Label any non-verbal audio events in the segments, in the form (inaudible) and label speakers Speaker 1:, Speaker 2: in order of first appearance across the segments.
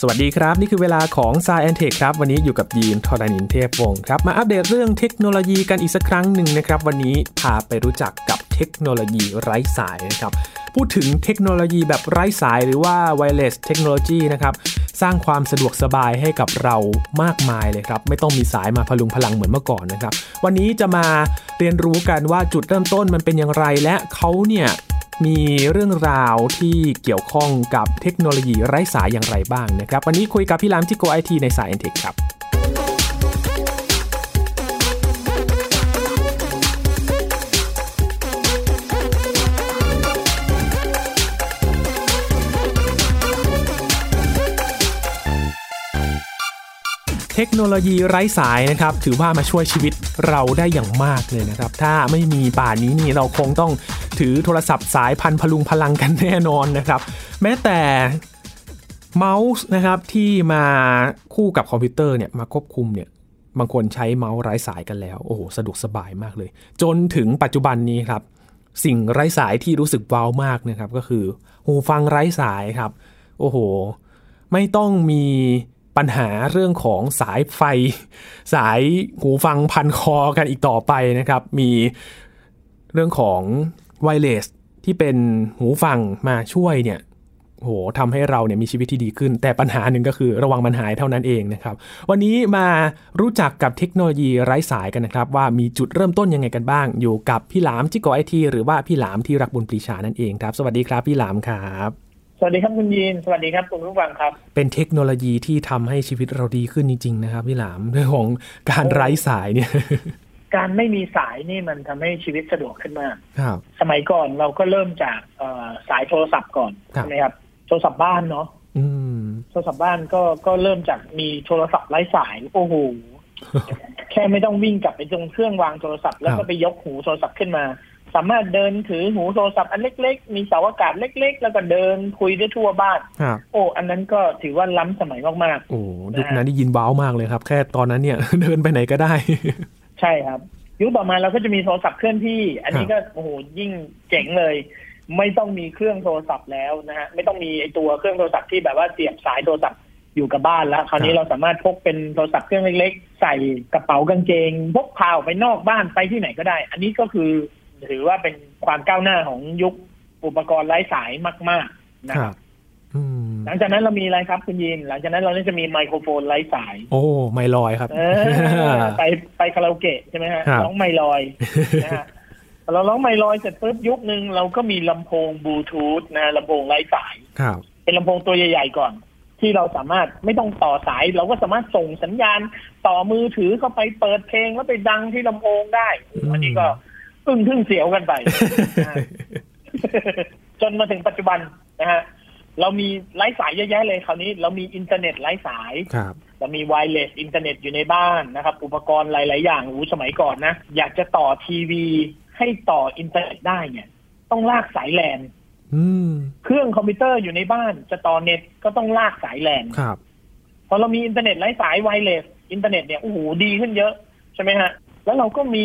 Speaker 1: สวัสดีครับ นี่คือเวลาของ s ายแอนเทคครับ วันนี้อยู่กับยีนทอรานินเทพวงศ์ครับ มาอัปเดตเรื่องเทคโนโลยีกันอีกสักครั้งหนึ่งนะครับ วันนี้พาไปรู้จักกับเทคโนโลยีไร้สายนะครับ พูดถึงเทคโนโลยีแบบไร้สายหรือว่า wireless technology นะครับ สร้างความสะดวกสบายให้กับเรามากมายเลยครับ ไม่ต้องมีสายมาพลุงพลังเหมือนเมื่อก่อนนะครับ วันนี้จะมาเรียนรู้กันว่าจุดเริ่มต้นมันเป็นอย่างไรและเขาเนี่ย มีเรื่องราวที่เกี่ยวข้องกับเทคโนโลยีไร้สายอย่างไรบ้างนะครับ วันนี้คุยกับพี่ลามที่โกไอทีในสายเอ็นเทคครับ เทคโนโลยีไร้สายนะครับ ถือว่ามาช่วยชีวิตเราได้อย่างมากเลยนะครับ ถ้าไม่มีป่านนี้นี่เราคงต้องถือโทรศัพท์สายพันพลุงพลังกันแน่นอนนะครับ แม้แต่เมาส์นะครับที่มาคู่กับคอมพิวเตอร์เนี่ยมาควบคุมเนี่ยบางคนใช้เมาส์ไร้สายกันแล้ว โอ้โหสะดวกสบายมากเลย จนถึงปัจจุบันนี้ครับ สิ่งไร้สายที่รู้สึกว้าวมากนะครับก็คือหูฟังไร้สายครับ โอ้โห ไม่ต้องมีปัญหาเรื่องของสายไฟ (laughs) สายหูฟังพันคอกันอีกต่อไปนะครับ มีเรื่องของไวเลสที่เป็นหูฟังมาช่วยเนี่ยโหทำให้เราเนี่ยมีชีวิตที่ดีขึ้น แต่ปัญหาหนึ่งก็คือระวังมันหายเท่านั้นเองนะครับ วันนี้มารู้จักกับเทคโนโลยีไร้สายกันนะครับ ว่ามีจุดเริ่มต้นยังไงกันบ้าง อยู่กับพี่หลามจิโกไอทีหรือว่าพี่หลามที่รักบุญปรีชานั่นเองครับ สวัสดีครับพี่หลามครับ
Speaker 2: สวัสดีครับคุณยีน สวัสดีครับคุณผู้ฟังครับ
Speaker 1: เป็นเทคโนโลยีที่ทำให้ชีวิตเราดีขึ้นจริง ๆ นะครับพี่หลามเรื่องของการไร้สายเนี่ย
Speaker 2: การไม่มีสายนี่มันทำให้ชีวิตสะดวกขึ้นมาก
Speaker 1: ครับ
Speaker 2: สมัยก่อนเราก็เริ่มจากเอ่อสายโทรศัพท์ก่อน
Speaker 1: ครับ
Speaker 2: ใช่ไหมครับ โทรศัพท์บ้านเนาะ
Speaker 1: อืม
Speaker 2: โทรศัพท์บ้านก็ก็เริ่มจากมีโทรศัพท์ไร้สายโอ้โห (laughs) แค่ไม่ต้องวิ่งกลับไปตรงเครื่องวางโทรศัพท์ แล้ว
Speaker 1: ครั
Speaker 2: ก็
Speaker 1: บ
Speaker 2: ไปยกหูโทรศัพท์ขึ้นมา สามารถเดินถือหูโทรศัพท์อันเล็ก ๆ มีเสาอากาศเล็ก ๆ แล้วก็เดินคุยได้ทั่วบ้าน
Speaker 1: ครับ
Speaker 2: โอ้ อันนั้นก็ถือว่าล้ำสมัยมาก
Speaker 1: โอ้ยุคนั้นได้ยินว้าวมากเลยครับ แค่ตอนนั้นเนี่ย เดินไปไหนก็ได้
Speaker 2: ๆ ใช่ครับ ยุคต่อมาเราก็จะมีโทรศัพท์เคลื่อนที่ อันนี้ก็โอ้โหยิ่งเจ๋งเลย ไม่ต้องมีเครื่องโทรศัพท์แล้วนะฮะไม่ต้องมีไอตัวเครื่องโทรศัพท์ที่แบบว่าเสียบสายโทรศัพท์อยู่กับบ้านแล้ว คราว
Speaker 1: ค
Speaker 2: นี้
Speaker 1: รับ
Speaker 2: เราสามารถพกเป็นโทรศัพท์เครื่องเล็ก ๆ ใส่กระเป๋ากางเกงพกพาออกไปนอกบ้านไปที่ไหนก็ได้ อันนี้ก็คือถือว่าเป็นความก้าวหน้าของยุคอุปกรณ์ไร้สายมากๆนะครับ
Speaker 1: อืม
Speaker 2: หลังจากนั้นเรามีอะไรครับคุณยีนหลังจากนั้นเราก็จะมีไมโครโฟนไร้สาย
Speaker 1: โอ้ไม่ลอยครับ
Speaker 2: เออไปไปคาราโอเกะใช่ไหมฮะ
Speaker 1: ครับ
Speaker 2: ร้องไมล
Speaker 1: (laughs)
Speaker 2: อยนะฮะพอเราร้องไมลอยเสร็จปุ๊บยุคหนึ่งเราก็มีลำโพงบลูทูธนะลำโพงไร้สาย
Speaker 1: ครับ
Speaker 2: (laughs) เป็นลำโพงตัวใหญ่ ๆ ก่อน ที่เราสามารถไม่ต้องต่อสาย เราก็สามารถส่งสัญญาณต่อมือถือเข้าไปเปิดเพลงแล้วไปดังที่ลำโพงได้
Speaker 1: อืม
Speaker 2: อันนี้ก็อึ้งทึ่งเสียวกันไปนะฮะ (laughs) จนมาถึงปัจจุบันนะฮะเรามีไร้สายเยอะแยะเลยคราวนี้ เรามีอินเทอร์เน็ตไร้สาย
Speaker 1: ครับ
Speaker 2: จะมีไวเลสอินเทอร์เน็ตอยู่ในบ้านนะครับ อุปกรณ์หลาย ๆ อย่างอู้สมัยก่อนนะ อยากจะต่อทีวีให้ต่ออินเทอร์เน็ตได้เนี่ย ต้องลากสายแลน
Speaker 1: อืม
Speaker 2: เครื่องคอมพิวเตอร์อยู่ในบ้าน จะต่อเน็ตก็ต้องลากสายแลน
Speaker 1: ครับ
Speaker 2: พอเรามีอินเทอร์เน็ตไร้สายไวเลสอินเทอร์เน็ตเนี่ยโอ้โหดีขึ้นเยอะ ใช่ไหมฮะ แล้วเราก็มี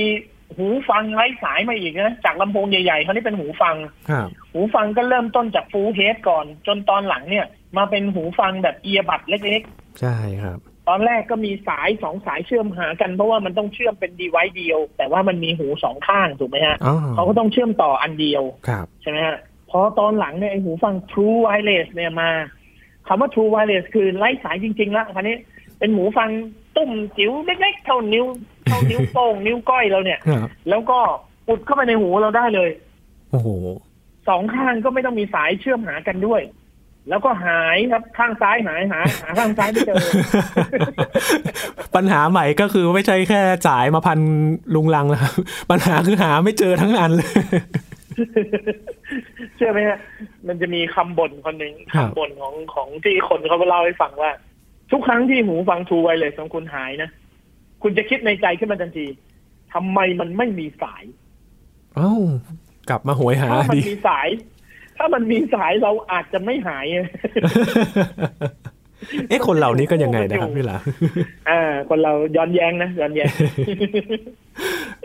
Speaker 2: หูฟังไร้สายมาอีกนะจากลำโพงใหญ่ ๆเขาวนี่เป็นหูฟัง
Speaker 1: ครับ
Speaker 2: หูฟังก็เริ่มต้นจากฟูลเฮดก่อน จนตอนหลังเนี่ย มาเป็นหูฟังแบบเอียบัดเล็ก ๆ
Speaker 1: ใช่ครับ
Speaker 2: ตอนแรกก็มีสายสองสายเชื่อมหากันเพราะว่ามันต้องเชื่อมเป็นดีไวซ์เดียว แต่ว่ามันมีหูสองข้างถูกไหมฮะ
Speaker 1: อ๋อ
Speaker 2: เขาก็ต้องเชื่อมต่ออันเดียว
Speaker 1: ครับ
Speaker 2: ใช่ไหมฮะพอตอนหลังเนี่ยไอ้หูฟัง True Wireless เนี่ยมาคำว่า True Wireless คือไร้สายจริงๆแล้วคันนี้เป็นหูฟังตุ่มจิ๋วเล็กๆเท่านิ้วเท่านิ้วโป้ง (laughs) นิ้วก้อยเราเนี่ย
Speaker 1: ครับ
Speaker 2: แล้วก็อุดเข้าไปในหูเราได้เลย
Speaker 1: โอ้โห (laughs)
Speaker 2: สองข้างก็ไม่ต้องมีสายเชื่อมหากันด้วย แล้วก็หายครับข้างซ้ายหายหาหาข้างซ้ายไม่เจอ
Speaker 1: ปัญหาใหม่ก็คือไม่ใช่แค่สายมาพันลุงลังแล้วครับ (laughs) ปัญหาคือหาไม่เจอทั้งอันเลย (laughs)
Speaker 2: เชื่อไหมฮะ มันจะมีคำบ่นคนหนึ่ง
Speaker 1: ครับ
Speaker 2: คำบ่นของของที่คนเขาเล่าให้ฟังว่า ทุกครั้งที่หูฟังทูไวเลยของคุณหายนะ คุณจะคิดในใจขึ้นมาทันทีทำไมมันไม่มีสาย
Speaker 1: เอ้า กลับมาโหยหา
Speaker 2: ถ้ามัน
Speaker 1: ดี (laughs)
Speaker 2: มีสาย ถ้ามันมีสายเราอาจจะไม่หาย
Speaker 1: เอ๊ะคนเหล่านี้ก็ยังไงนะครับพี่หลาม (laughs)
Speaker 2: อ่า คนเราย้อนแย้งนะย้อนแย้ง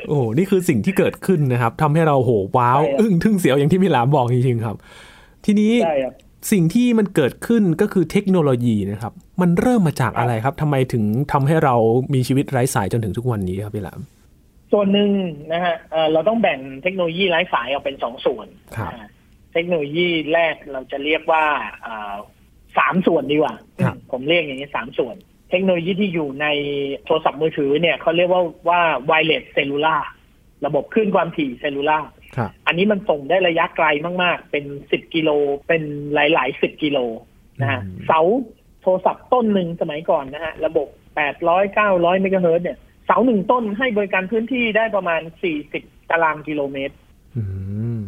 Speaker 1: โอ้โหนี่คือสิ่งที่เกิดขึ้นนะครับทำให้เราโหว้าว
Speaker 2: ใช่ครับ
Speaker 1: อึ้งทึ่งเสียวอย่างที่พี่หลามบอกจริงๆครับ ทีนี้
Speaker 2: ใช่ครับ
Speaker 1: สิ่งที่มันเกิดขึ้นก็คือเทคโนโลยีนะครับ มันเริ่มมาจากอะไรครับทำไมถึงทำให้เรามีชีวิตไร้สายจนถึงทุกวันนี้ครับพี่หลาม
Speaker 2: ส่วนหนึ่งนะฮะเอ่อเราต้องแบ่งเทคโนโลยีไร้สายออกเป็นสองส่วน
Speaker 1: ครับ
Speaker 2: นะฮะเทคโนโลยีแรกเราจะเรียกว่าเอ่อสามส่วนดีกว่า
Speaker 1: ครับ
Speaker 2: ผมเรียกอย่างนี้สามส่วน เทคโนโลยีที่อยู่ในโทรศัพท์มือถือเนี่ยเขาเรียกว่าว่าไวเลสเซลูล่าระบบคลื่นความถี่เซลูล่า
Speaker 1: ครับ
Speaker 2: อันนี้มันส่งได้ระยะไกลมาก ๆ เป็นสิบกิโลเป็นหลายๆสิบกิโลนะฮะ
Speaker 1: อืม
Speaker 2: เสาโทรศัพท์ต้นหนึ่งสมัยก่อนนะฮะระบบแปดร้อยเก้าร้อยเมกะเฮิรตซ์เนี่ยเสาหนึ่งต้นให้บริการพื้นที่ได้ประมาณสี่สิบตารางกิโลเมตร
Speaker 1: อืม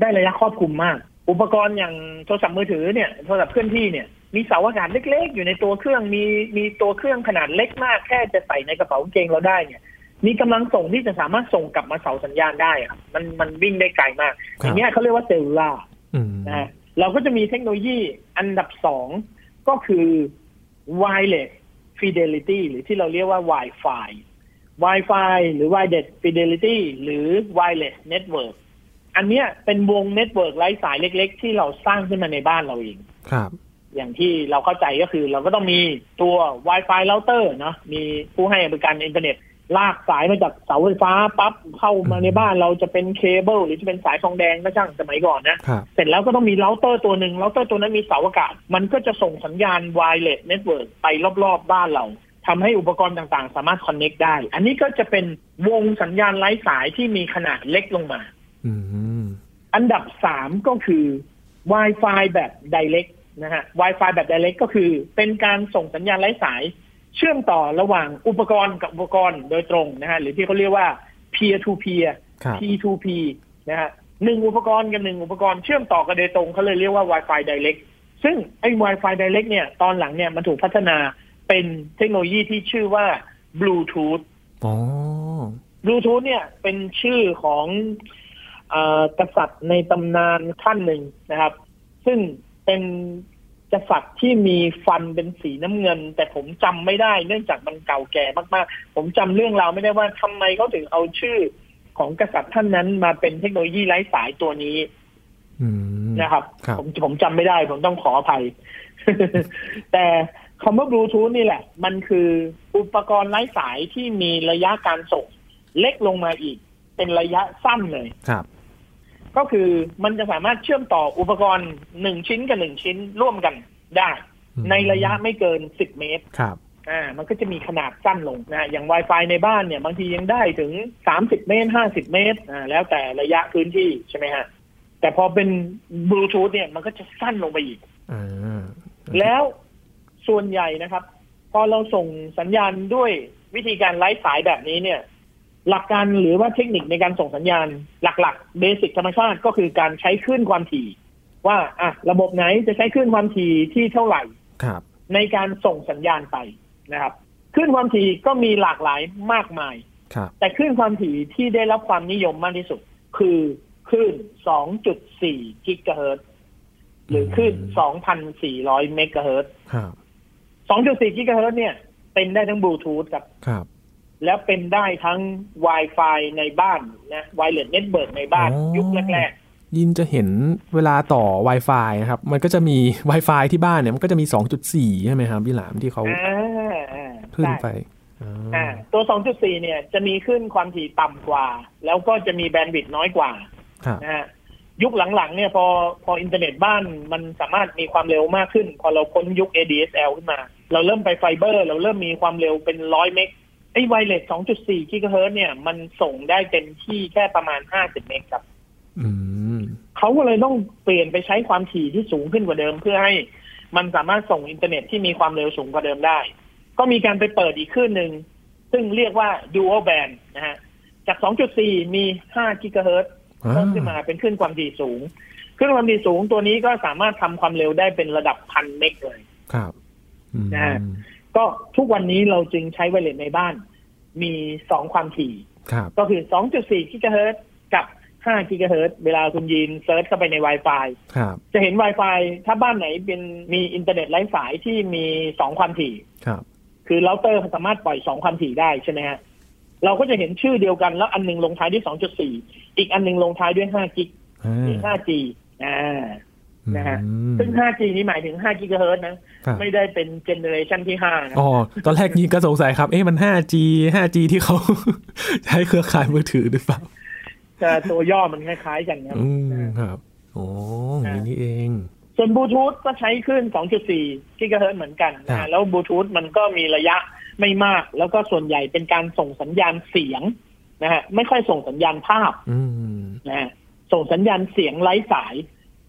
Speaker 2: ได้ระยะครอบคลุมมาก อุปกรณ์อย่างโทรศัพท์มือถือเนี่ยโทรศัพท์เคลื่อนที่เนี่ยมีเสาอากาศเล็กๆ อยู่ในตัวเครื่องมีมีตัวเครื่องขนาดเล็กมาก แค่จะใส่ในกระเป๋ากางเกงเราได้เนี่ย มีกำลังส่งที่จะสามารถส่งกลับมาเสาสัญญาณได้อะครับมันมันวิ่งได้ไกลมาก
Speaker 1: ค
Speaker 2: อ
Speaker 1: รับ
Speaker 2: ย่างเงี้ยเขาเรียกว่าเซลลูล่าร์
Speaker 1: อืม
Speaker 2: นะฮะเราก็จะมีเทคโนโลยีอันดับสองก็คือ wireless fidelity หรือที่เราเรียกว่า Wi-Fi Wi-Fi หรือ wireless fidelity หรือ wireless network อันเนี้ยเป็นวงเน็ตเวิร์กไร้สายเล็ก ๆ ที่เราสร้างขึ้นมาในบ้านเราเอง
Speaker 1: ครับ
Speaker 2: อย่างที่เราเข้าใจก็คือเราก็ต้องมีตัว Wi-Fi router เนอะมีผู้ให้บริการอินเทอร์เน็ต ลากสายมาจากเสาไฟฟ้าปั๊บเข้ามาในบ้านเราจะเป็นเคเบิลหรือจะเป็นสายทองแดงก็ช่างสมัยก่อนนะ
Speaker 1: ครับ
Speaker 2: เสร็จแล้วก็ต้องมีเราเตอร์ตัวหนึ่งเราเตอร์ตัวนั้นมีเสาอากาศ มันก็จะส่งสัญญาณ wireless network ไปรอบๆบ้านเราทำให้อุปกรณ์ต่างๆ สามารถคอนเน็กได้ อันนี้ก็จะเป็นวงสัญญาณไร้สายที่มีขนาดเล็กลงมา
Speaker 1: อืม
Speaker 2: อันดับสามก็คือ Wi-Fi แบบ direct นะฮะ Wi-Fi แบบ direct ก็คือเป็นการส่งสัญญาณไร้สาย เชื่อมต่อระหว่างอุปกรณ์กับอุปกรณ์โดยตรงนะฮะหรือที่เขาเรียกว่า peer to peer
Speaker 1: ครับ
Speaker 2: P2P นะฮะหนึ่งอุปกรณ์กับหนึ่งอุปกรณ์เชื่อมต่อกันโดยตรงเขาเลยเรียกว่า Wi-Fi Direct ซึ่งไอ้ Wi-Fi Direct เนี่ยตอนหลังเนี่ยมันถูกพัฒนาเป็นเทคโนโลยีที่ชื่อว่า Bluetooth
Speaker 1: อ๋อ
Speaker 2: Bluetooth เนี่ยเป็นชื่อของเออกษัตริย์ในตำนานท่านหนึ่งนะครับ ซึ่งเป็นกษัตริย์ที่มีฟันเป็นสีน้ำเงิน แต่ผมจำไม่ได้เนื่องจากมันเก่าแก่มากๆ ผมจำเรื่องราวไม่ได้ว่าทำไมเขาถึงเอาชื่อของกษัตริย์ท่านนั้นมาเป็นเทคโนโลยีไร้สายตัวนี้
Speaker 1: อืม
Speaker 2: นะครับ
Speaker 1: ครับ
Speaker 2: ผมผมจำไม่ได้ ผมต้องขออภัย (laughs) แต่คำว่าบลูทูธนี่แหละ มันคืออุปกรณ์ไร้สายที่มีระยะการส่งเล็กลงมาอีก เป็นระยะสั้นเลย
Speaker 1: ครับ
Speaker 2: ก็คือมันจะสามารถเชื่อมต่ออุปกรณ์หนึ่งชิ้นกับหนึ่งชิ้นร่วมกันได้
Speaker 1: อืม
Speaker 2: ในระยะไม่เกินสิบเมตร
Speaker 1: ครับ
Speaker 2: อ่า มันก็จะมีขนาดสั้นลงนะอย่าง Wi-Fi ในบ้านเนี่ย บางทียังได้ถึงสามสิบเมตรห้าสิบเมตรอ่าแล้วแต่ระยะพื้นที่ใช่ไหมฮะแต่พอเป็นบลูทูธเนี่ยมันก็จะสั้นลงไปอีก
Speaker 1: อ่า
Speaker 2: แล้วส่วนใหญ่นะครับ พอเราส่งสัญญาณด้วยวิธีการไร้สายแบบนี้เนี่ย หลักการหรือว่าเทคนิคในการส่งสัญญาณหลักๆเบสิกธรรมชาติก็คือการใช้คลื่นความถี่ ว่าอ่ะระบบไหนจะใช้คลื่นความถี่ที่เท่าไหร่
Speaker 1: ครับ
Speaker 2: ในการส่งสัญญาณไปนะครับคลื่นความถี่ก็มีหลากหลายมากมาย
Speaker 1: ครับ
Speaker 2: แต่คลื่นความถี่ที่ได้รับความนิยมมากที่สุด คือคลื่น 2.4 กิกะเฮิรตซ์หรือคลื่น 2,400 เมกะเฮิรตซ์
Speaker 1: ครับ
Speaker 2: 2.4 กิกะเฮิรตซ์เนี่ย เป็นได้ทั้งบลูทูธครับ
Speaker 1: ครับ
Speaker 2: แล้วเป็นได้ทั้ง Wi-Fi ในบ้านนะไวเลสเน็ตเบิร์ในบ้านยุคแรก
Speaker 1: ยินจะเห็นเวลาต่อ Wi-Fi นะครับ มันก็จะมี Wi-Fi ที่บ้านเนี่ย มันก็จะมี 2.4 ใช่ไหมครับพี่หลามที่
Speaker 2: ๆ
Speaker 1: เขา
Speaker 2: อ่าอ่า
Speaker 1: ขึ้น
Speaker 2: ได้
Speaker 1: ไปอ่า
Speaker 2: อ่าตัว 2.4 เนี่ยจะมีขึ้นความถี่ต่ำกว่า แล้วก็จะมีแบนด์วิดต์น้อยกว่า
Speaker 1: ครับ
Speaker 2: นะฮะยุคหลังๆ เนี่ยพอพออินเทอร์เน็ตบ้านมันสามารถมีความเร็วมากขึ้น พอเราค้นยุค ADSL ขึ้นมา เราเริ่มไปไฟเบอร์ เราเริ่มมีความเร็วเป็นร้อยเมกไอ้ไวเลส 2.4 กิกะเฮิรตซ์เนี่ย มันส่งได้เต็มที่แค่ประมาณ 50 เมกครับ
Speaker 1: อืม
Speaker 2: เขาก็เลยต้องเปลี่ยนไปใช้ความถี่ที่สูงขึ้นกว่าเดิม เพื่อให้มันสามารถส่งอินเทอร์เน็ตที่มีความเร็วสูงกว่าเดิมได้ ก็มีการไปเปิดอีกคลื่นหนึ่ง ซึ่งเรียกว่า dual band นะฮะ จาก 2.4 มี 5 กิกะเฮิรตซ์เพิ่มขึ้นมาเป็นคลื่นความถี่สูงคลื่นความถี่สูงตัวนี้ก็สามารถทำความเร็วได้เป็นระดับพันเมกเลย
Speaker 1: ครับอืม
Speaker 2: นะฮะ ก็ทุกวันนี้เราจึงใช้ไวเลสในบ้าน มี 2 ความถี่
Speaker 1: ครับ
Speaker 2: ก็คือ 2.4 กิกะเฮิรตซ์กับ 5 กิกะเฮิรตซ์เวลาคุณยีนเซิร์ชเข้าไปใน Wi-Fi
Speaker 1: ครับ
Speaker 2: จะเห็น Wi-Fi ถ้าบ้านไหนเป็นมีอินเทอร์เน็ตไร้สายที่มี 2 ความถี่
Speaker 1: ครับ
Speaker 2: คือเราเตอร์สามารถปล่อยสองความถี่ได้ใช่ไหมฮะ เราก็จะเห็นชื่อเดียวกันแล้วอันหนึงลงท้ายด้วยสองจุดสี่อีกอันหนึงลงท้ายด้วยห้ากิก
Speaker 1: อ่า
Speaker 2: ห้าจีอ่า นะฮะ
Speaker 1: อืม
Speaker 2: ซึ่ง 5G นี่หมายถึง 5 กิกะเฮิรตซ์นะ
Speaker 1: ครับ
Speaker 2: ไม่ได้เป็นเจเนอเรชันที่5นะ
Speaker 1: อ๋อตอนแรกนี้ก็สงสัยครับ เอ๊ะมัน 5G 5G ที่เขา (laughs) ใช้เครือข่ายมือถือหรือเปล่า
Speaker 2: แต่ตัวย่อมันคล้ายๆกันครับ
Speaker 1: อืม
Speaker 2: นะฮะ
Speaker 1: ครับโอ้อย่างนี้นี่เอง
Speaker 2: ส่วนบลูทูธก็ใช้คลื่น2.4 กิกะเฮิรตซ์เหมือนกันนะ
Speaker 1: ครั
Speaker 2: ฮะ
Speaker 1: บ
Speaker 2: แล้วบลูทูธมันก็มีระยะไม่มาก แล้วก็ส่วนใหญ่เป็นการส่งสัญญาณเสียงนะฮะ ไม่ค่อยส่งสัญญาณภาพ
Speaker 1: อืม
Speaker 2: นะฮะส่งสัญญาณเสียงไร้สาย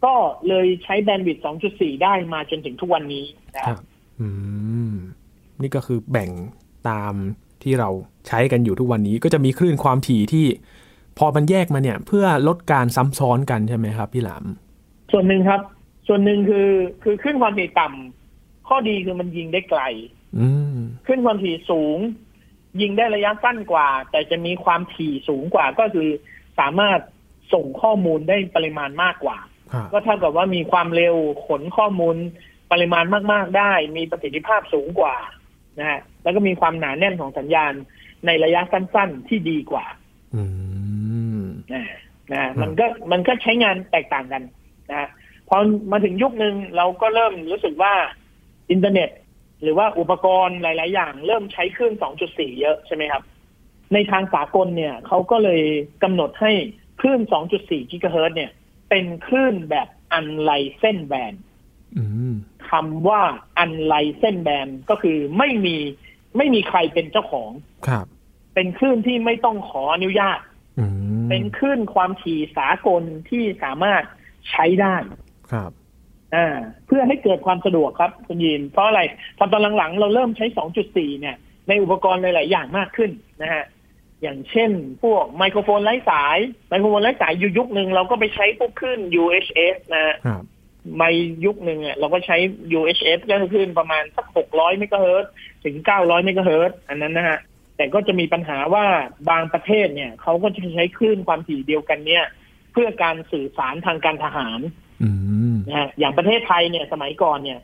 Speaker 2: ก็เลยใช้แบนด์วิดต์2.4 ได้มาจนถึงทุกวันนี้นะค
Speaker 1: ครั
Speaker 2: รับ บ
Speaker 1: อืม นี่ก็คือแบ่งตามที่เราใช้กันอยู่ทุกวันนี้ก็จะมีคลื่นความถี่ที่ พอมันแยกมาเนี่ย เพื่อลดการซ้ำซ้อนกันใช่ไหมครับ พี่หลาม
Speaker 2: ส่วนหนึ่งครับ ส่วนหนึ่งคือคือขึ้นความถี่ต่ำข้อดีคือมันยิงได้ไกล
Speaker 1: อืม
Speaker 2: ขึ้นความถี่สูง ยิงได้ระยะสั้นกว่า แต่จะมีความถี่สูงกว่าก็คือสามารถส่งข้อมูลได้ปริมาณมากกว่า
Speaker 1: ครับ
Speaker 2: ก็เท่ากับว่ามีความเร็วขนข้อมูลปริมาณมาก ๆ ได้ มีประสิทธิภาพสูงกว่านะฮะแล้วก็มีความหนาแน่นของสัญญาณในระยะสั้น ๆ ที่ดีกว่า
Speaker 1: อืม
Speaker 2: นะนะฮะมันก็มันก็ใช้งานแตกต่างกันนะฮะพอมาถึงยุคหนึ่งเราก็เริ่มรู้สึกว่าอินเทอร์เน็ต หรือว่าอุปกรณ์หลาย ๆ อย่างเริ่มใช้คลื่น 2.4 เยอะใช่ไหมครับ ในทางสากลเนี่ยเขาก็เลยกำหนดให้คลื่น 2.4 กิกะเฮิรตซ์เนี่ย เป็นคลื่นแบบอันไลเส้นแบน
Speaker 1: อืม
Speaker 2: คำว่าอันไลเส้นแบนก็คือไม่มีไม่มีใครเป็นเจ้าของ
Speaker 1: ครับ
Speaker 2: เป็นคลื่นที่ไม่ต้องขออนุญาต
Speaker 1: อืม
Speaker 2: เป็นคลื่นความถี่สากลที่สามารถใช้ได้
Speaker 1: ครับ
Speaker 2: อ่าเพื่อให้เกิดความสะดวกครับคุณยีนเพราะอะไรพอตอนหลังๆ เราเริ่มใช้ 2.4 เนี่ย ในอุปกรณ์หลาย ๆ อย่างมากขึ้นนะฮะอย่างเช่น พวกไมโครโฟนไร้สาย ไมโครโฟนไร้สายอยู่ยุคหนึ่งเราก็ไปใช้พวกคลื่น UHF นะฮะ
Speaker 1: ครับ
Speaker 2: ในยุคหนึ่งอ่ะเราก็ใช้ UHF ก็คือขึ้นประมาณสัก 600 เมกะเฮิรตซ์ถึง 900 เมกะเฮิรตซ์อันนั้นนะฮะ แต่ก็จะมีปัญหาว่าบางประเทศเนี่ยเขาก็จะใช้คลื่นความถี่เดียวกันเนี่ย เพื่อการสื่อสารทางการทหาร
Speaker 1: อืม
Speaker 2: นะฮะอย่างประเทศไทยเนี่ยสมัยก่อนเนี่ย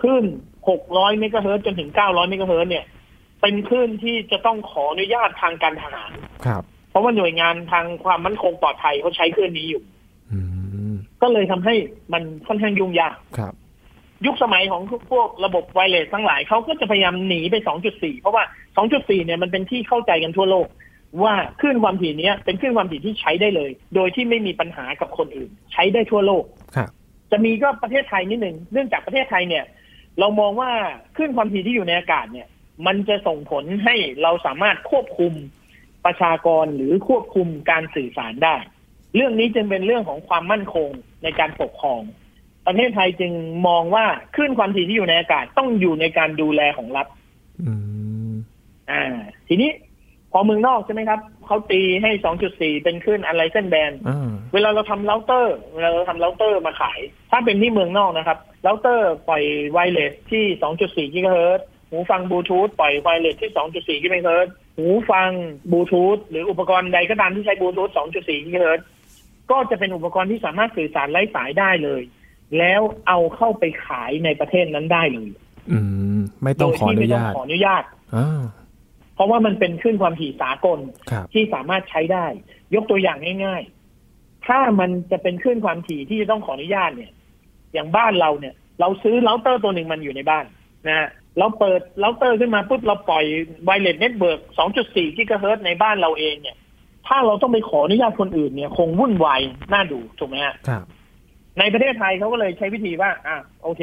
Speaker 2: คลื่น 600 เมกะเฮิรตซ์จนถึง 900 เมกะเฮิรตซ์เนี่ย เป็นคลื่นที่จะต้องขออนุญาตทางการทหาร
Speaker 1: ครับ
Speaker 2: เพราะว่าหน่วยงานทางความมั่นคงปลอดภัยเขาใช้คลื่นนี้อยู่
Speaker 1: อืม
Speaker 2: ก็เลยทำให้มันค่อนข้างยุ่งยาก
Speaker 1: ครับ
Speaker 2: ยุคสมัยของพวกระบบไวเลสทั้งหลายเขาก็จะพยายามหนีไป 2.4 เพราะว่า 2.4 เนี่ยมันเป็นที่เข้าใจกันทั่วโลก ว่าคลื่นความถี่เนี้ยเป็นคลื่นความถี่ที่ใช้ได้เลย โดยที่ไม่มีปัญหากับคนอื่น ใช้ได้ทั่วโลก
Speaker 1: ครับ
Speaker 2: จะมีก็ประเทศไทยนิดหนึ่งเนื่องจากประเทศไทยเนี่ย เรามองว่าคลื่นความถี่ที่อยู่ในอากาศเนี่ย มันจะส่งผลให้เราสามารถควบคุมประชากรหรือควบคุมการสื่อสารได้ เรื่องนี้จึงเป็นเรื่องของความมั่นคงในการปกครอง ประเทศไทยจึงมองว่าคลื่นความถี่ที่อยู่ในอากาศต้องอยู่ในการดูแลของรัฐ
Speaker 1: อืม
Speaker 2: อ่า ทีนี้พอเมืองนอกใช่ไหมครับเขาตีให้ 2.4 เป็นคลื่นอะไรเส้นแบน
Speaker 1: อ่า
Speaker 2: เวลาเราทำเราเตอร์เวลาเราทำเราเตอร์มาขาย ถ้าเป็นที่เมืองนอกนะครับเราเตอร์ปล่อยไวเลสที่ 2.4 กิกะเฮิรตซ์หูฟังบลูทูธปล่อยไวเลสที่ 2.4 กิกะเฮิรตซ์หูฟังบลูทูธหรืออุปกรณ์ใดก็ตามที่ใช้บลูทูธ 2.4 กิกะเฮิรตซ์ก็จะเป็นอุปกรณ์ที่สามารถสื่อสารไร้สายได้เลย แล้วเอาเข้าไปขายในประเทศนั้นได้เลย
Speaker 1: อืม ไม่
Speaker 2: โด
Speaker 1: ต้อง
Speaker 2: ย
Speaker 1: ขออนุ
Speaker 2: ที่ไม่ต้อง
Speaker 1: ญาต
Speaker 2: ขออนุญาต
Speaker 1: อ่า
Speaker 2: เพราะว่ามันเป็นขึ้นความถี่สากล
Speaker 1: ครับ
Speaker 2: ที่สามารถใช้ได้ ยกตัวอย่างง่ายๆ ถ้ามันจะเป็นคลื่นความถี่ที่จะต้องขออนุญาตเนี่ย อย่างบ้านเราเนี่ย เราซื้อเราเตอร์ตัวหนึ่งมันอยู่ในบ้านนะฮะเราเปิดเราเตอร์ขึ้นมาปุ๊บเราปล่อยไวเลสเน็ตเวิร์ก2.4 กิกะเฮิรตซ์ในบ้านเราเองเนี่ย ถ้าเราต้องไปขออนุญาตคนอื่นเนี่ย คงวุ่นวายน่าดูถูกไหมฮะ
Speaker 1: ครับ
Speaker 2: ในประเทศไทยเขาก็เลยใช้วิธีว่า อ่ะโอเค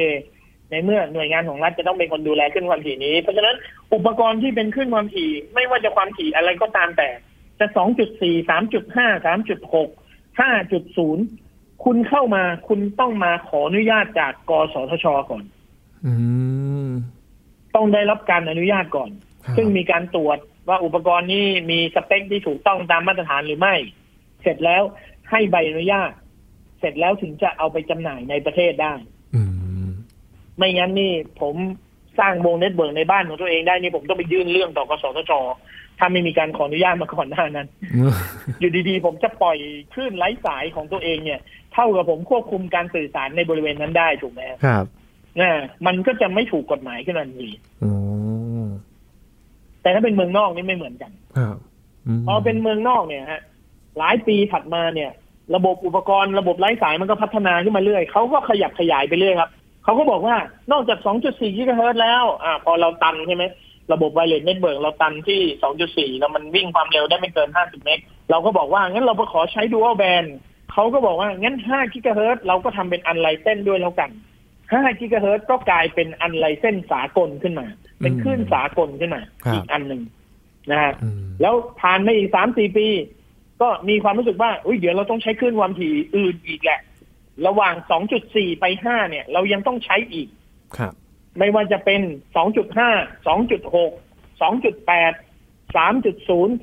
Speaker 2: ในเมื่อหน่วยงานของรัฐจะต้องเป็นคนดูแลขึ้นความถี่นี้ เพราะฉะนั้นอุปกรณ์ที่เป็นขึ้นความถี่ ไม่ว่าจะความถี่อะไรก็ตามแต่ จะ 2.4 3.5 3.6 5.0 คุณเข้ามาคุณต้องมาขออนุญาตจากกสทช ก่อน
Speaker 1: อืม
Speaker 2: ต้องได้รับการอนุญาตก่อน
Speaker 1: ครับ
Speaker 2: ซึ่งมีการตรวจว่าอุปกรณ์นี้มีสเปคที่ถูกต้องตามมาตรฐานหรือไม่ เสร็จแล้วให้ใบอนุญาต เสร็จแล้วถึงจะเอาไปจำหน่ายในประเทศได้
Speaker 1: อืม
Speaker 2: ไม่งั้นนี่ผมสร้างวงเน็ตเวิร์กในบ้านของตัวเองได้นี่ผมต้องไปยื่นเรื่องต่อกสทช ถ้าไม่มีการขออนุญาตมาก่อนหน้านั้น อยู่ดีๆ ผมจะปล่อยคลื่นไร้สายของตัวเองเนี่ย เท่ากับผมควบคุมการสื่อสารในบริเวณนั้นได้ถูกไหมฮะ
Speaker 1: ครับ
Speaker 2: นะมันก็จะไม่ถูกกฎหมายขึ้นมาทันที
Speaker 1: อ๋อ
Speaker 2: แต่ถ้าเป็นเมืองนอกนี่ไม่เหมือนกัน
Speaker 1: ครับม
Speaker 2: พอเป็นเมืองนอกเนี่ยฮะหลายปีถัดมาเนี่ย ระบบอุปกรณ์ระบบไร้สายมันก็พัฒนาขึ้นมาเรื่อยเขาก็ขยับขยายไปเรื่อยครับเขาก็บอกว่านอกจาก 2.4 กิกะเฮิรตซ์แล้วอ่าพอเราตันใช่ไหมระบบไวเลสเน็ตเบิร์กเราตันที่ 2.4 แล้วมันวิ่งความเร็วได้ไม่เกิน 50 เมกเราก็บอกว่า งั้นเราไปขอใช้ dual band เขาก็บอกว่า งั้น 5 กิกะเฮิรตซ์เราก็ทำเป็นอันไลเส้นด้วยแล้วกัน 5 กิกะเฮิรตซ์ก็กลายเป็นอันไลเส้นสากลขึ้นมา เป็นคลื่นสากลขึ้นมา
Speaker 1: ครับ
Speaker 2: อีกอันหนึ่งนะฮะ
Speaker 1: อืม
Speaker 2: แล้วผ่านมาอีกสามสี่ปี ก็มีความรู้สึกว่าอุ้ยเดี๋ยวเราต้องใช้คลื่นความถี่อื่นอีกแหละ ระหว่าง 2.4 ไป 5 เนี่ย เรายังต้องใช้อีก
Speaker 1: ครับ
Speaker 2: ไม่ว่าจะเป็น 2.5 2.6 2.8 3.0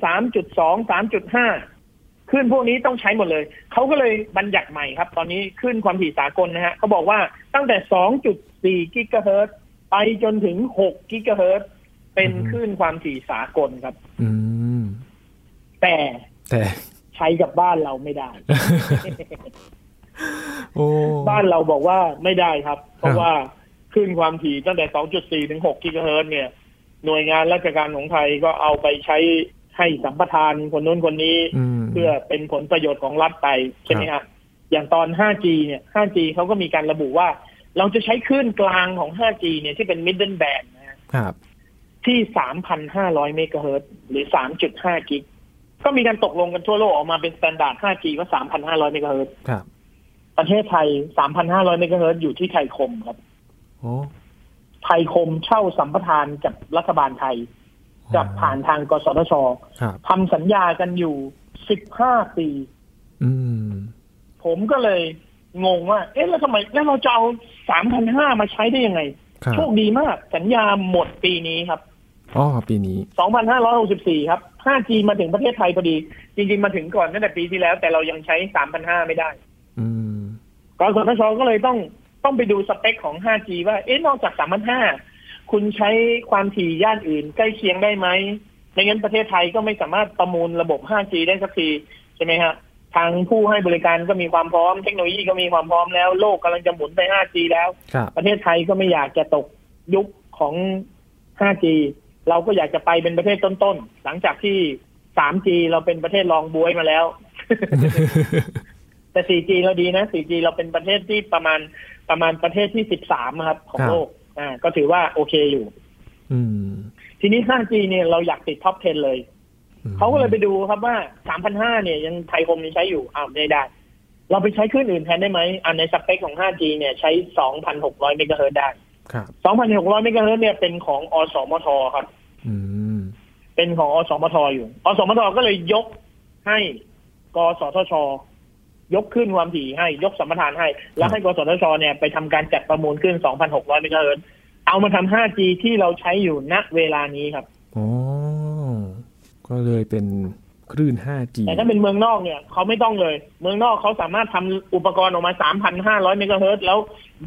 Speaker 2: 3.2 3.5 ขึ้นพวกนี้ต้องใช้หมดเลย เขาก็เลยบัญญัติใหม่ครับ ตอนนี้ขึ้นความถี่สากลนะฮะเขาบอกว่าตั้งแต่ 2.4 กิกะเฮิรตซ์ไปจนถึง 6 กิกะเฮิรตซ์เป็น
Speaker 1: อือฮึ
Speaker 2: คลื่นความถี่สากลครับ
Speaker 1: อืม
Speaker 2: แต่
Speaker 1: แต่ (laughs)
Speaker 2: ใช้กับบ้านเราไม่ได้
Speaker 1: โอ้
Speaker 2: บ้านเราบอกว่าไม่ได้ครับ เพ
Speaker 1: ครั
Speaker 2: ราะ
Speaker 1: บ
Speaker 2: ว่าคลื่นความถี่ตั้งแต่ 2.4 ถึง 6 กิกะเฮิรตซ์เนี่ย หน่วยงานราชการของไทยก็เอาไปใช้ให้สัมปทานคนนู้นคนนี้
Speaker 1: ม
Speaker 2: เพื่อเป็นผลประโยชน์ของรัฐไป ใช่ไหมครับอย่างตอน 5G เนี่ย 5G เขาก็มีการระบุว่า เราจะใช้คลื่นกลางของ 5G เนี่ยที่เป็น middle band นะฮะ
Speaker 1: ครับ
Speaker 2: ที่ 3,500 เมกะเฮิรตซ์หรือ 3.5 กิก ก็มีการตกลงกันทั่วโลกออกมาเป็นสแตนดาร์ด 5G ว่า 3,500 เมกะเฮิรตซ์
Speaker 1: ครับ
Speaker 2: ประเทศไทย 3,500 เมกะเฮิรตซ์อยู่ที่ไทยคมครับ
Speaker 1: โอ้
Speaker 2: ไทยคมเช่าสัมปทานกับรัฐบาลไทย กับผ่านทางกสทช
Speaker 1: ครับ
Speaker 2: ทำสัญญากันอยู่ 15 ปี
Speaker 1: อืม
Speaker 2: ผมก็เลยงงว่า เอ๊ะ แล้วทำไม แล้วเราจะเอา 3,500 มาใช้ได้ยังไง
Speaker 1: ครับ
Speaker 2: โชคดีมาก สัญญาหมดปีนี้ครับ
Speaker 1: อ๋อปีนี้
Speaker 2: 2,564 ครับ 5G มาถึงประเทศไทยพอดี จริง ๆ มาถึงก่อนตั้งแต่ปีที่แล้ว แต่เรายังใช้ 3,500 ไม่ได้
Speaker 1: อืม
Speaker 2: กสทชก็เลยต้องต้องไปดูสเปคของ 5G ว่า เอ๊ะ นอกจาก 3,500 คุณใช้ความถี่ย่านอื่นใกล้เคียงได้ไหม ไม่งั้นประเทศไทยก็ไม่สามารถประมูลระบบ 5G ได้สักทีใช่ไหมฮะ ทางผู้ให้บริการก็มีความพร้อม เทคโนโลยีก็มีความพร้อมแล้ว โลกกำลังจะหมุนไป 5G แล้ว
Speaker 1: ครับ (laughs)
Speaker 2: ประเทศไทยก็ไม่อยากจะตกยุคของ 5G เราก็อยากจะไปเป็นประเทศต้นๆ หลังจากที่ 3G เราเป็นประเทศรองบวยมาแล้ว แต่ 4G เราดีนะ 4G เราเป็นประเทศที่ประมาณประมาณประเทศที่ 13ครับ ของ
Speaker 1: ครับ
Speaker 2: โลก อ่า ก็ถือว่าโอเคอยู่
Speaker 1: อืม
Speaker 2: ทีนี้ 5G เนี่ยเราอยากติดท็อป 10 เลย
Speaker 1: อืม
Speaker 2: เขาก็เลยไปดูครับว่า 3,500 เนี่ยยังไทยคมยังใช้อยู่ อ้าวไม่ได้ เราไปใช้คลื่นอื่นแทนได้ไหมอ่าในสเปคของ 5G เนี่ยใช้ 2,600 เมกะเฮิรตซ์ได้
Speaker 1: ครับ
Speaker 2: 2,600 เมกะเฮิรตซ์เนี่ยเป็นของอสมทครับ
Speaker 1: อืม
Speaker 2: เป็นของอสมทอยู่ อสมทก็เลยยกให้กสทช ยกขึ้นความถี่ให้ ยกสัมปทานให้ แล้วให้กสทช เนี่ยไปทำการจัดประมูลขึ้น 2,600 เมกะเฮิรตซ์เอามาทำ 5G ที่เราใช้อยู่ณเวลานี้ครับ
Speaker 1: อ๋อ ก็เลยเป็นคลื่น 5G
Speaker 2: แต่ถ้าเป็นเมืองนอกเนี่ยเขาไม่ต้องเลย เมืองนอกเขาสามารถทำอุปกรณ์ออกมา 3,500 เมกะเฮิรตซ์แล้ว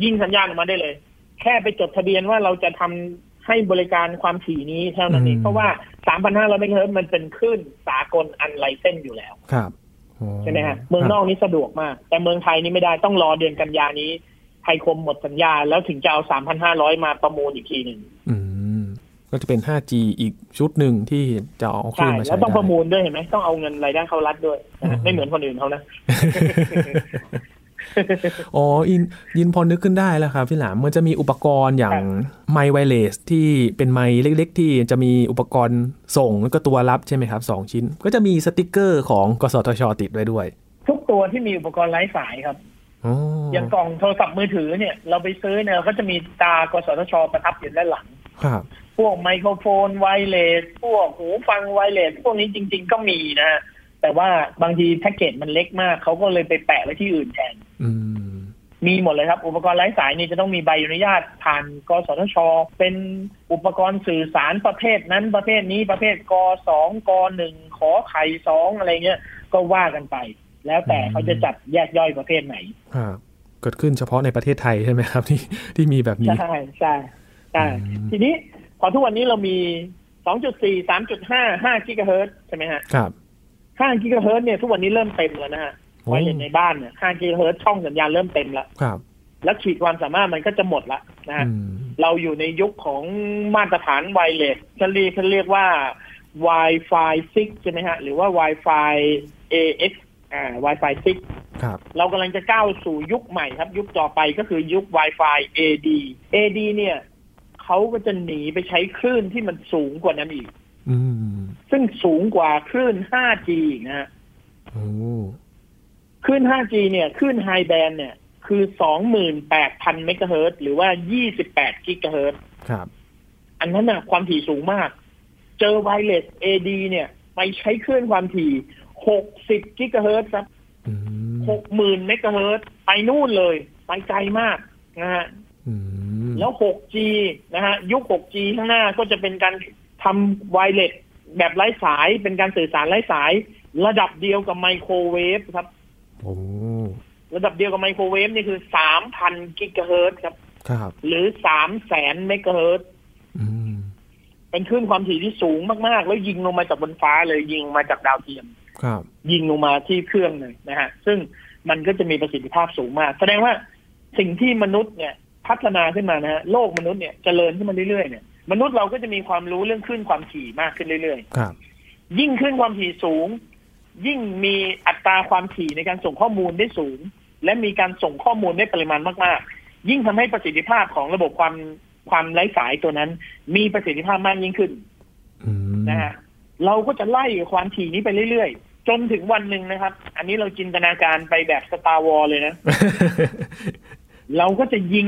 Speaker 2: ยิงสัญญาณออกมาได้เลย แค่ไปจดทะเบียนว่าเราจะทำให้บริการความถี่นี้เท่านั้นเอง
Speaker 1: อืม
Speaker 2: เพราะว่า 3,500 เมกะเฮิรตซ์มันเป็นคลื่นสากลอันไลเส้นอยู่แล้ว
Speaker 1: ครับอ๋อ
Speaker 2: ใช่ไหมฮะเมืองนอกนี่สะดวกมาก แต่เมืองไทยนี่ไม่ได้ต้องรอเดือนกันยานี้ ไทยคมหมดสัญญา แล้วถึงจะเอา 3,500 มาประมูลอีกทีหนึ่ง
Speaker 1: อืม ก็จะเป็น 5G อีกชุดหนึ่งที่จะเอาคลื่
Speaker 2: ใช่
Speaker 1: นมาใช้
Speaker 2: แล้วต้อง
Speaker 1: ได้
Speaker 2: ประมูลด้วยเห็นไหมต้องเอาเงินรายได้เข้ารัฐด้วยนะ
Speaker 1: อื
Speaker 2: ฮะ
Speaker 1: ม
Speaker 2: ไม่เหมือนคนอื่นเขานะ
Speaker 1: (laughs) อ๋ออินยินพอนึกขึ้นได้แล้วครับพี่หลามมันจะมีอุปกรณ์อย่าง
Speaker 2: ครับ
Speaker 1: ไมค์ไวเลสที่เป็นไมค์เล็ก ๆ ที่จะมีอุปกรณ์ส่งแล้วก็ตัวรับใช่ไหมครับสองชิ้น ก็จะมีสติกเกอร์ของกสทช ติดไว้ด้วย
Speaker 2: ทุกตัวที่มีอุปกรณ์ไร้สายครับ
Speaker 1: อ๋ออ
Speaker 2: อย่างกล่องโทรศัพท์มือถือเนี่ย เราไปซื้อเนี่ยเราก็จะมีตากสทช ประทับอยู่ด้านหลัง
Speaker 1: ครับ
Speaker 2: พวกไมโครโฟนไวเลส พวกหูฟังไวเลส พวกนี้จริง ๆ ก็มีนะฮะแต่ว่าบางทีแพ็กเกจมันเล็กมากเขาก็เลยไปแปะไว้ที่อื่นแทน
Speaker 1: อืม
Speaker 2: มีหมดเลยครับ อุปกรณ์ไร้สายนี่จะต้องมีใบอนุญาตผ่านกสทช เป็นอุปกรณ์สื่อสารประเภทนั้นประเภทนี้ประเภทกสองกหนึ่งขอไข่สองอะไรเงี้ยก็ว่ากันไป แล้วแต่
Speaker 1: อืม
Speaker 2: เขาจะจัดแยกย่อยประเภทไหน
Speaker 1: ครับเกิดขึ้นเฉพาะในประเทศไทยใช่ไหมครับ (laughs) ที่ที่มีแบบนี้
Speaker 2: ใช่ใช่ใช่
Speaker 1: อืม
Speaker 2: ทีนี้พอทุกวันนี้เรามี 2.4 3.5 5กิกะเฮิรตซ์ใช่ไหมฮะ
Speaker 1: ครับ
Speaker 2: 5กิกะเฮิรตซ์เนี่ยทุกวันนี้เริ่มเต็มแล้วนะฮะไว้เล่นในบ้านเนี่ย5กิกะเฮิรตซ์ช่องสัญญาณเริ่มเต็มแล้ว
Speaker 1: ครับ
Speaker 2: แล้วขีดความสามารถมันก็จะหมดละนะฮะ
Speaker 1: อืม
Speaker 2: เราอยู่ในยุคของมาตรฐานไวเลสเขาเรียกเขาเรียกว่า Wi-Fi 6 ใช่ไหมฮะ หรือว่า Wi-Fi AX อ่า Wi-Fi 6
Speaker 1: ครับ
Speaker 2: เรากำลังจะก้าวสู่ยุคใหม่ครับ ยุคต่อไปก็คือยุค Wi-Fi AD AD เนี่ยเขาก็จะหนีไปใช้คลื่นที่มันสูงกว่านั้นอีก
Speaker 1: อืม
Speaker 2: ซึ่งสูงกว่าคลื่น 5G อีกนะฮะ
Speaker 1: โอ้
Speaker 2: คลื่น 5G เนี่ย คลื่นไฮแบนเนี่ย คือ 28,000 เมกะเฮิรตซ์หรือว่า 28 กิกะเฮิรตซ์
Speaker 1: ครับ
Speaker 2: อันนั้นนะความถี่สูงมาก เจอไวเลส AD เนี่ย ไปใช้คลื่นความถี่ 60 กิกะเฮิรตซ์ครับ
Speaker 1: อืม
Speaker 2: 60,000 เมกะเฮิรตซ์ ไปนู่นเลย ไปไกลมากนะฮะ
Speaker 1: อืม
Speaker 2: แล้ว 6G นะฮะ ยุค 6G ข้างหน้าก็จะเป็นการทำไวเลสแบบไร้สาย เป็นการสื่อสารไร้สาย ระดับเดียวกับไมโครเวฟครับ
Speaker 1: โอ้
Speaker 2: ระดับเดียวกับไมโครเวฟนี่คือ 3,000 กิกะเฮิรตซ์ครับ
Speaker 1: ครับ
Speaker 2: หรือ 300,000 เมกะเฮิรตซ์
Speaker 1: อืม
Speaker 2: เป็นคลื่นความถี่ที่สูงมาก ๆ แล้วยิงลงมาจากบนฟ้าเลย ยิงมาจากดาวเทียม
Speaker 1: ครับ
Speaker 2: ยิงลงมาที่เครื่องเลยนะฮะ ซึ่งมันก็จะมีประสิทธิภาพสูงมาก แสดงว่าสิ่งที่มนุษย์เนี่ยพัฒนาขึ้นมานะฮะ โลกมนุษย์เนี่ยเจริญขึ้นมาเรื่อย ๆ เนี่ย มนุษย์เราก็จะมีความรู้เรื่องคลื่นความถี่มากขึ้นเรื่อย
Speaker 1: ครับ
Speaker 2: ๆ ยิ่งคลื่นความถี่สูง ยิ่งมีอัตราความถี่ในการส่งข้อมูลได้สูง และมีการส่งข้อมูลได้ปริมาณมาก ๆ ยิ่งทำให้ประสิทธิภาพของระบบความความไร้สายตัวนั้น มีประสิทธิภาพมากยิ่งขึ้น
Speaker 1: อืม
Speaker 2: นะฮะเราก็จะไล่ความถี่นี้ไปเรื่อยๆ จนถึงวันหนึ่งนะครับ อันนี้เราจินตนาการไปแบบสตาร์วอลเลยนะ เราก็จะยิง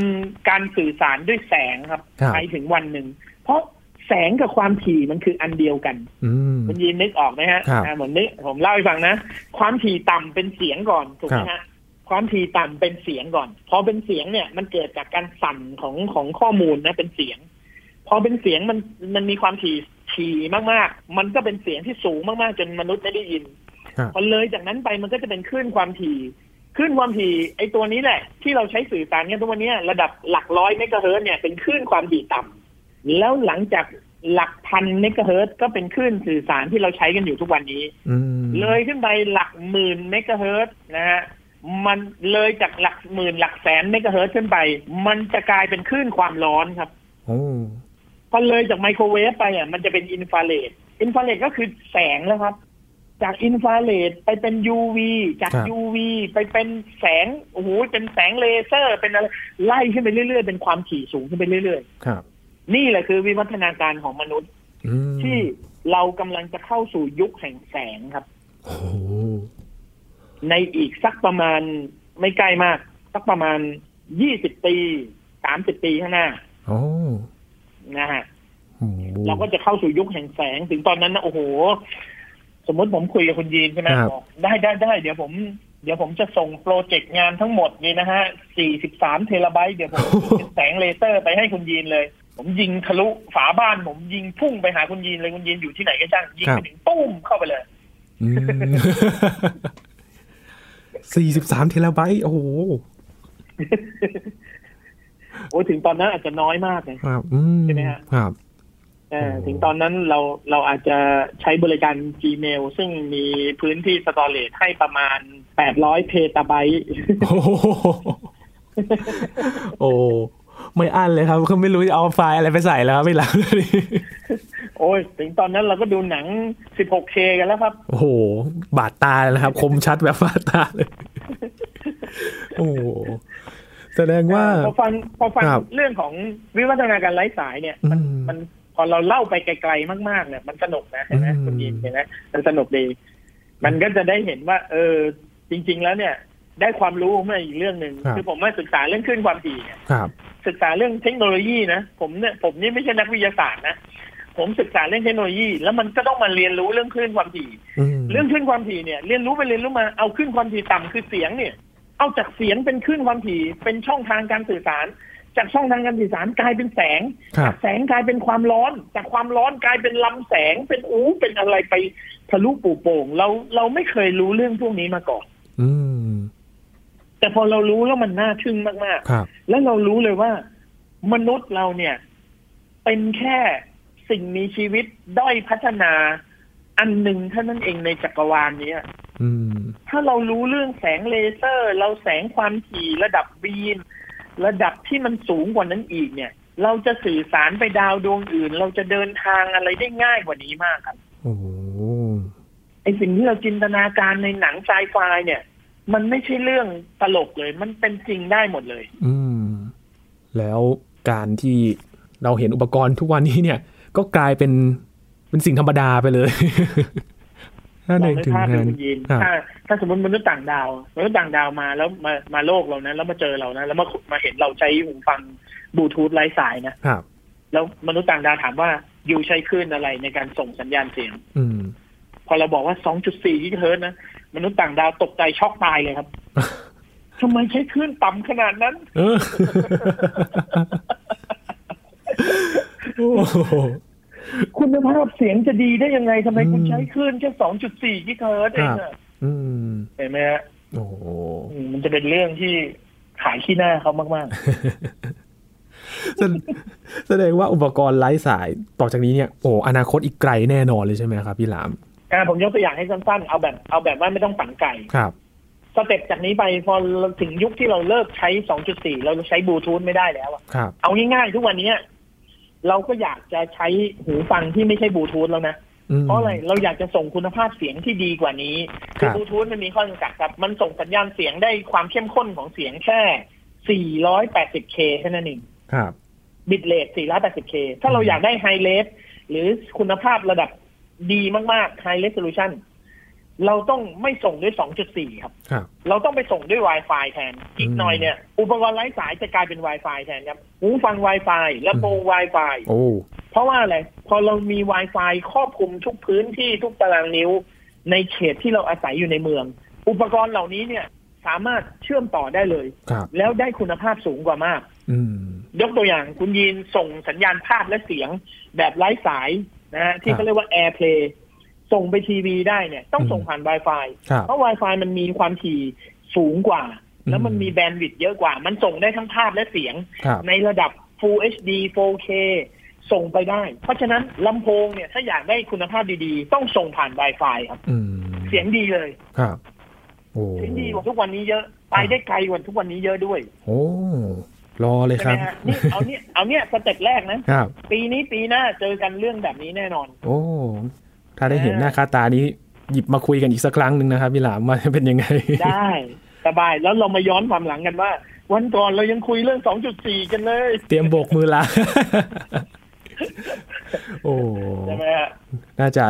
Speaker 2: การสื่อสารด้วยแสงครับ
Speaker 1: ครับ
Speaker 2: ไปถึงวันหนึ่ง เพราะแสงกับความถี่มันคืออันเดียวกัน
Speaker 1: (laughs) อืม
Speaker 2: คุณยินนึกออกไหมฮะ
Speaker 1: ครับ
Speaker 2: อ่าเหมือนนี้ผมเล่าให้ฟังนะ ความถี่ต่ำเป็นเสียงก่อนถูกไหมฮะความถี่ต่ำเป็นเสียงก่อน พอเป็นเสียงเนี่ยมันเกิดจากการสั่นของของข้อมูลนะเป็นเสียง พอเป็นเสียงมันมันมีความถี่ถี่มากๆ มันก็เป็นเสียงที่สูงมากๆ จนมนุษย์ไม่ได้ยิน
Speaker 1: ครับ
Speaker 2: พอเลยจากนั้นไปมันก็จะเป็นคลื่นความถี่คลื่นความถี่ไอตัวนี้แหละ ที่เราใช้สื่อสารกันทุกวันเนี้ยระดับหลักร้อยเมกะเฮิรตซ์เนี่ยเป็นคลื่นความถี่ต่ำแล้วหลังจากหลักพันเมกะเฮิรตซ์ก็เป็นคลื่นสื่อสารที่เราใช้กันอยู่ทุกวันนี้
Speaker 1: อืม
Speaker 2: เลยขึ้นไปหลักหมื่นเมกะเฮิรตซ์นะฮะมันเลยจากหลักหมื่นหลักแสนเมกะเฮิรตซ์ขึ้นไป มันจะกลายเป็นคลื่นความร้อนครับ
Speaker 1: โอ้
Speaker 2: พอเลยจากไมโครเวฟไปอ่ะมันจะเป็นอินฟราเรดอินฟราเรดก็คือแสงแล้วครับ จากอินฟราเรดไปเป็น UV จาก UV ไปเป็นแสงโอ้โหเป็นแสงเลเซอร์ เป็นอะไรไล่ขึ้นไปเรื่อยๆ เป็นความถี่สูงขึ้นไปเรื่อย
Speaker 1: ครับ
Speaker 2: ๆ นี่แหละคือวิวัฒนาการของมนุษย์
Speaker 1: อืม
Speaker 2: ที่เรากำลังจะเข้าสู่ยุคแห่งแสงครับ
Speaker 1: โอ้
Speaker 2: ในอีกสักประมาณไม่ใกล้มาก สักประมาณยี่สิบปีสามสิบปีข้างหน้า
Speaker 1: โอ้
Speaker 2: นะฮะ
Speaker 1: โอ้
Speaker 2: เราก็จะเข้าสู่ยุคแห่งแสงถึงตอนนั้นนะโอ้โห สมมติผมคุยกับคุณยีนใช่ไหมบอกได้ได้ได้เดี๋ยวผม เดี๋ยวผมจะส่งโปรเจกต์งานทั้งหมดนี่นะฮะ 43 เทราไบต์เดี๋ยวผม (laughs) เป็นแสงเลเซอร์ไปให้คุณยีนเลย ผมยิงทะลุฝาบ้าน ผมยิงพุ่งไปหาคุณยีนเลยคุณยีนอยู่ที่ไหนก็ช่างยิงไปถึงตุ้มเข้าไปเลย
Speaker 1: สี่สิบสาม43เทราไบต์โอ้โห
Speaker 2: โอ้ยถึงตอนนั้นอาจจะน้อยมากเลย
Speaker 1: ครับอืม
Speaker 2: ใช่ไหมฮะ
Speaker 1: ครับ
Speaker 2: เออ
Speaker 1: โอ้
Speaker 2: ถึงตอนนั้นเราเราอาจจะใช้บริการ Gmail ซึ่งมีพื้นที่สตอเรจให้ประมาณ 800 เพตาไบต์
Speaker 1: โอ้โหโอ้ไม่อั้นเลยครับคือไม่รู้จะเอาไฟล์อะไรไปใส่แล้วครับไม่หลังเลย
Speaker 2: (laughs) โอ้ยถึงตอนนั้นเราก็ดูหนัง 16K กันแล้วครับ
Speaker 1: โอ้โห บาดตาเลย (laughs) นะครับ คมชัดแบบบาดตาเลย (laughs) โอ้โหแสดงว่า
Speaker 2: พอฟังพอฟัง
Speaker 1: ครับ
Speaker 2: เรื่องของวิวัฒนาการไร้สายเนี่ย มัน
Speaker 1: อืม
Speaker 2: มันพอเราเล่าไปไกลๆมากๆเนี่ยมันสนุกนะเห็นไหม
Speaker 1: อืม
Speaker 2: คุณยินเห็นไหมมันสนุกดี มันก็จะได้เห็นว่า เออ จริง ๆ แล้วเนี่ย ได้ความรู้มาอีกเรื่องหนึ่ง
Speaker 1: ครับ
Speaker 2: คือผมมาศึกษาเรื่องคลื่นความถี่เนี่ย
Speaker 1: ครับ
Speaker 2: ศึกษาเรื่องเทคโนโลยีนะผมเนี่ยผมนี่ไม่ใช่นักวิทยาศาสตร์นะผมศึกษาเรื่องเทคโนโลยี แล้วมันก็ต้องมาเรียนรู้เรื่องคลื่นความถี่
Speaker 1: อืม
Speaker 2: เรื่องคลื่นความถี่เนี่ยเรียนรู้ไปเรียนรู้มาเอาคลื่นความถี่ต่ำคือเสียงเนี่ย เอาจากเสียงเป็นคลื่นความถี่เป็นช่องทางการสื่อสาร จากช่องทางการสื่อสารกลายเป็นแสง
Speaker 1: ครับ
Speaker 2: แสงกลายเป็นความร้อน จากความร้อนกลายเป็นลำแสงเป็นอูเป็นอะไรไปทะลุปูโป่งเราเราไม่เคยรู้เรื่องพวกนี้มาก่อน
Speaker 1: อืม
Speaker 2: แต่พอเรารู้แล้วมันน่าทึ่งมาก
Speaker 1: ครับ
Speaker 2: ๆ แล้วเรารู้เลยว่า มนุษย์เราเนี่ย เป็นแค่สิ่งมีชีวิตด้อยพัฒนาอันหนึ่งเท่านั้นเองในจักรวาลเนี้ย
Speaker 1: อืม
Speaker 2: ถ้าเรารู้เรื่องแสงเลเซอร์ เราแสงความถี่ระดับบีมระดับที่มันสูงกว่านั้นอีกเนี่ย เราจะสื่อสารไปดาวดวงอื่น เราจะเดินทางอะไรได้ง่ายกว่านี้มากครับ
Speaker 1: โอ้โห
Speaker 2: ไอสิ่งที่เราจินตนาการในหนังไซไฟเนี่ย มันไม่ใช่เรื่องตลกเลย มันเป็นจริงได้หมดเลย
Speaker 1: อืม แล้วการที่เราเห็นอุปกรณ์ทุกวันนี้เนี่ย ก็กลายเป็นเป็นสิ่งธรรมดาไปเลย ถ้า
Speaker 2: ล
Speaker 1: ใน
Speaker 2: อง
Speaker 1: ถึง
Speaker 2: นึกภาพ
Speaker 1: (laughs)
Speaker 2: ดู
Speaker 1: งาน
Speaker 2: คุณยิน
Speaker 1: อ่า
Speaker 2: ถ้าถ้าสมมติมนุษย์ต่างดาวมนุษย์ต่างดาวมาแล้วมามาโลกเรานะแล้วมาเจอเรานะแล้วมามาเห็นเราใช้หูฟังบลูทูธไร้สายนะครับ แล้วมนุษย์ต่างดาวถามว่าอยู่ใช้คลื่นอะไรในการส่งสัญญาณเสียง
Speaker 1: อืม
Speaker 2: พอเราบอกว่า 2.4กิกะเฮิรตซ์นะมนุษย์ต่างดาวตกใจช็อกตาย
Speaker 1: (laughs)
Speaker 2: เลยครับ ทำไมใช้คลื่นต่ำขนาดนั้น
Speaker 1: เออ (laughs) โอ้โห
Speaker 2: คุณภาพเสียงจะดีได้ยังไงทำไมคุณ
Speaker 1: อืม
Speaker 2: ใช้คลื่นแค่ 2.4กิกะเฮิรตซ์เอง
Speaker 1: ครั
Speaker 2: อะ
Speaker 1: บ อืม
Speaker 2: เห็นไหมฮะ
Speaker 1: โอ้โห
Speaker 2: อืมมันจะเป็นเรื่องที่ขายขี้หน้าเขามาก
Speaker 1: แสดแสดงว่าอุปกรณ์ไร้สายต่อจากนี้เนี่ยโอ้อนาคตอีกไกลแน่นอนเลยใช่ไหมครับพี่หลาม
Speaker 2: ๆอ่าผมยกตัวอย่างให้สั้นๆ เอาแบบเอาแบบว่าไม่ต้องฝันไก่
Speaker 1: ครับ
Speaker 2: สเต็ปจากนี้ไปพอเราถึงยุคที่เราเลิกใช้ 2.4 เราใช้บลูทูธไม่ได้แล้วอะ
Speaker 1: ครับ
Speaker 2: เอาง่ายๆ ทุกวันนี้เราก็อยากจะใช้หูฟังที่ไม่ใช่บลูทูธแล้วนะ
Speaker 1: อืม
Speaker 2: เพราะอะไรเราอยากจะส่งคุณภาพเสียงที่ดีกว่านี้
Speaker 1: ครั
Speaker 2: คือบ บลูทูธมันมีข้อจำกัดครับ มันส่งสัญญาณเสียงได้ความเข้มข้นของเสียงแค่ 480K แค่นั้นเอง
Speaker 1: ครับ
Speaker 2: บิตเรท 480K ถ้าเราอยากได้ไฮเลสหรือคุณภาพระดับดีมากๆ High Resolution เราต้องไม่ส่งด้วย 2.4 ครับ
Speaker 1: ครับ
Speaker 2: เราต้องไปส่งด้วย Wi-Fi แทน อีก
Speaker 1: อืม
Speaker 2: หน่อยเนี่ย อุปกรณ์ไร้สายจะกลายเป็น Wi-Fi แทนครับหูฟัง Wi-Fi ลำโพง Wi-Fi
Speaker 1: โอ้
Speaker 2: เพราะว่าอะไร พอเรามี Wi-Fi ครอบคลุมทุกพื้นที่ทุกตารางนิ้ว ในเขตที่เราอาศัยอยู่ในเมือง อุปกรณ์เหล่านี้เนี่ยสามารถเชื่อมต่อได้เลย
Speaker 1: ครับ
Speaker 2: แล้วได้คุณภาพสูงกว่ามาก
Speaker 1: อืม
Speaker 2: ยกตัวอย่างคุณยีนส่งสัญญาณภาพและเสียงแบบไร้สายนะฮะ
Speaker 1: ครั
Speaker 2: ที่
Speaker 1: บ
Speaker 2: เขาเรียกว่า AirPlay ส่งไปทีวีได้เนี่ย ต้อง
Speaker 1: อืม
Speaker 2: ส่งผ่าน Wi-Fi
Speaker 1: ครับ
Speaker 2: เพราะ Wi-Fi มันมีความถี่สูงกว่า แล้วมัน
Speaker 1: อืม
Speaker 2: มีแบนด์วิดต์เยอะกว่า มันส่งได้ทั้งภาพและเสียง
Speaker 1: ครับ
Speaker 2: ในระดับ Full HD 4K ส่งไปได้ เพราะฉะนั้นลำโพงเนี่ย ถ้าอยากได้คุณภาพดีๆ ต้องส่งผ่าน Wi-Fi ครับ
Speaker 1: อืม
Speaker 2: เสียงดีเลย
Speaker 1: ครับ โอ้
Speaker 2: เสียงดีกว่าทุกวันนี้เยอะ ไปได้ไกลกว่าทุกวันนี้เยอะด้วย
Speaker 1: โอ้รอเลย
Speaker 2: ใช่
Speaker 1: ค
Speaker 2: ไหม
Speaker 1: รับ
Speaker 2: ฮะนี่เอาเนี่ยเอาเนี่ยสเต็ปแรกนะ
Speaker 1: ครับ
Speaker 2: ปีนี้ปีหน้าเจอกันเรื่องแบบนี้แน่นอน (laughs)
Speaker 1: โอ้ ถ้าได้เห็นหน้าค่าตานี้ หยิบมาคุยกันอีกสักครั้งหนึ่งนะครับพี่หลามว่าเป็นยังไง
Speaker 2: ได้สบายแล้วเรามาย้อนความหลังกันว่า วันก่อนเรายังคุยเรื่อง 2.4 กันเลย
Speaker 1: เตรียมโบกมือลา (laughs) โอ้
Speaker 2: ใช่ไหมฮะ
Speaker 1: น่าจะ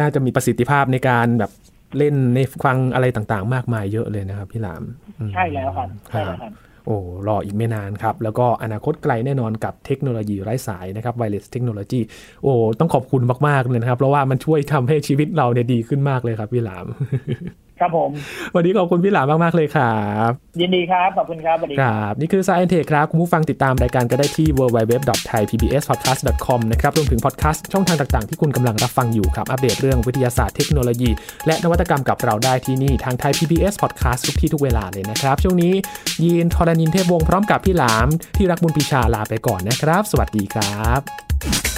Speaker 1: น่าจะมีประสิทธิภาพในการแบบเล่นในฟังอะไรต่างๆ มากมายเยอะเลยนะครับพี่หลามอืม
Speaker 2: ใช่แล้วครับใช่แล้วครับ
Speaker 1: โอ้รออีกไม่นานครับ แล้วก็อนาคตไกลแน่นอนกับเทคโนโลยีไร้สายนะครับ wireless technology โอ้ต้องขอบคุณมากๆเลยนะครับ เพราะว่ามันช่วยทำให้ชีวิตเราเนี่ยดีขึ้นมากเลยครับพี่หลาม (laughs)
Speaker 2: ครับผม
Speaker 1: วันนี้ขอบคุณพี่หลามมากๆเลยครับ
Speaker 2: ยินดีครับขอบคุณครับสวัสดีครับ
Speaker 1: ครับ นี่คือ Science Tech ครับ คุณผู้ฟังติดตามรายการก็ได้ที่ www.thaipbspodcast.com นะครับรวมถึงพอดแคาสต์ช่องทางต่างๆ ที่คุณกำลังรับฟังอยู่ครับ อัปเดตเรื่องวิทยาศาสตร์เทคโนโลยี และนวัตกรรมกับเราได้ที่นี่ ทาง Thai PBS Podcast ทุกที่ทุกเวลาเลยนะครับ ช่วงนี้ยีนทรณินเทพวงศ์พร้อมกับพี่หลาม ที่รักบุญปีชาลาไปก่อนนะครับ สวัสดีครับ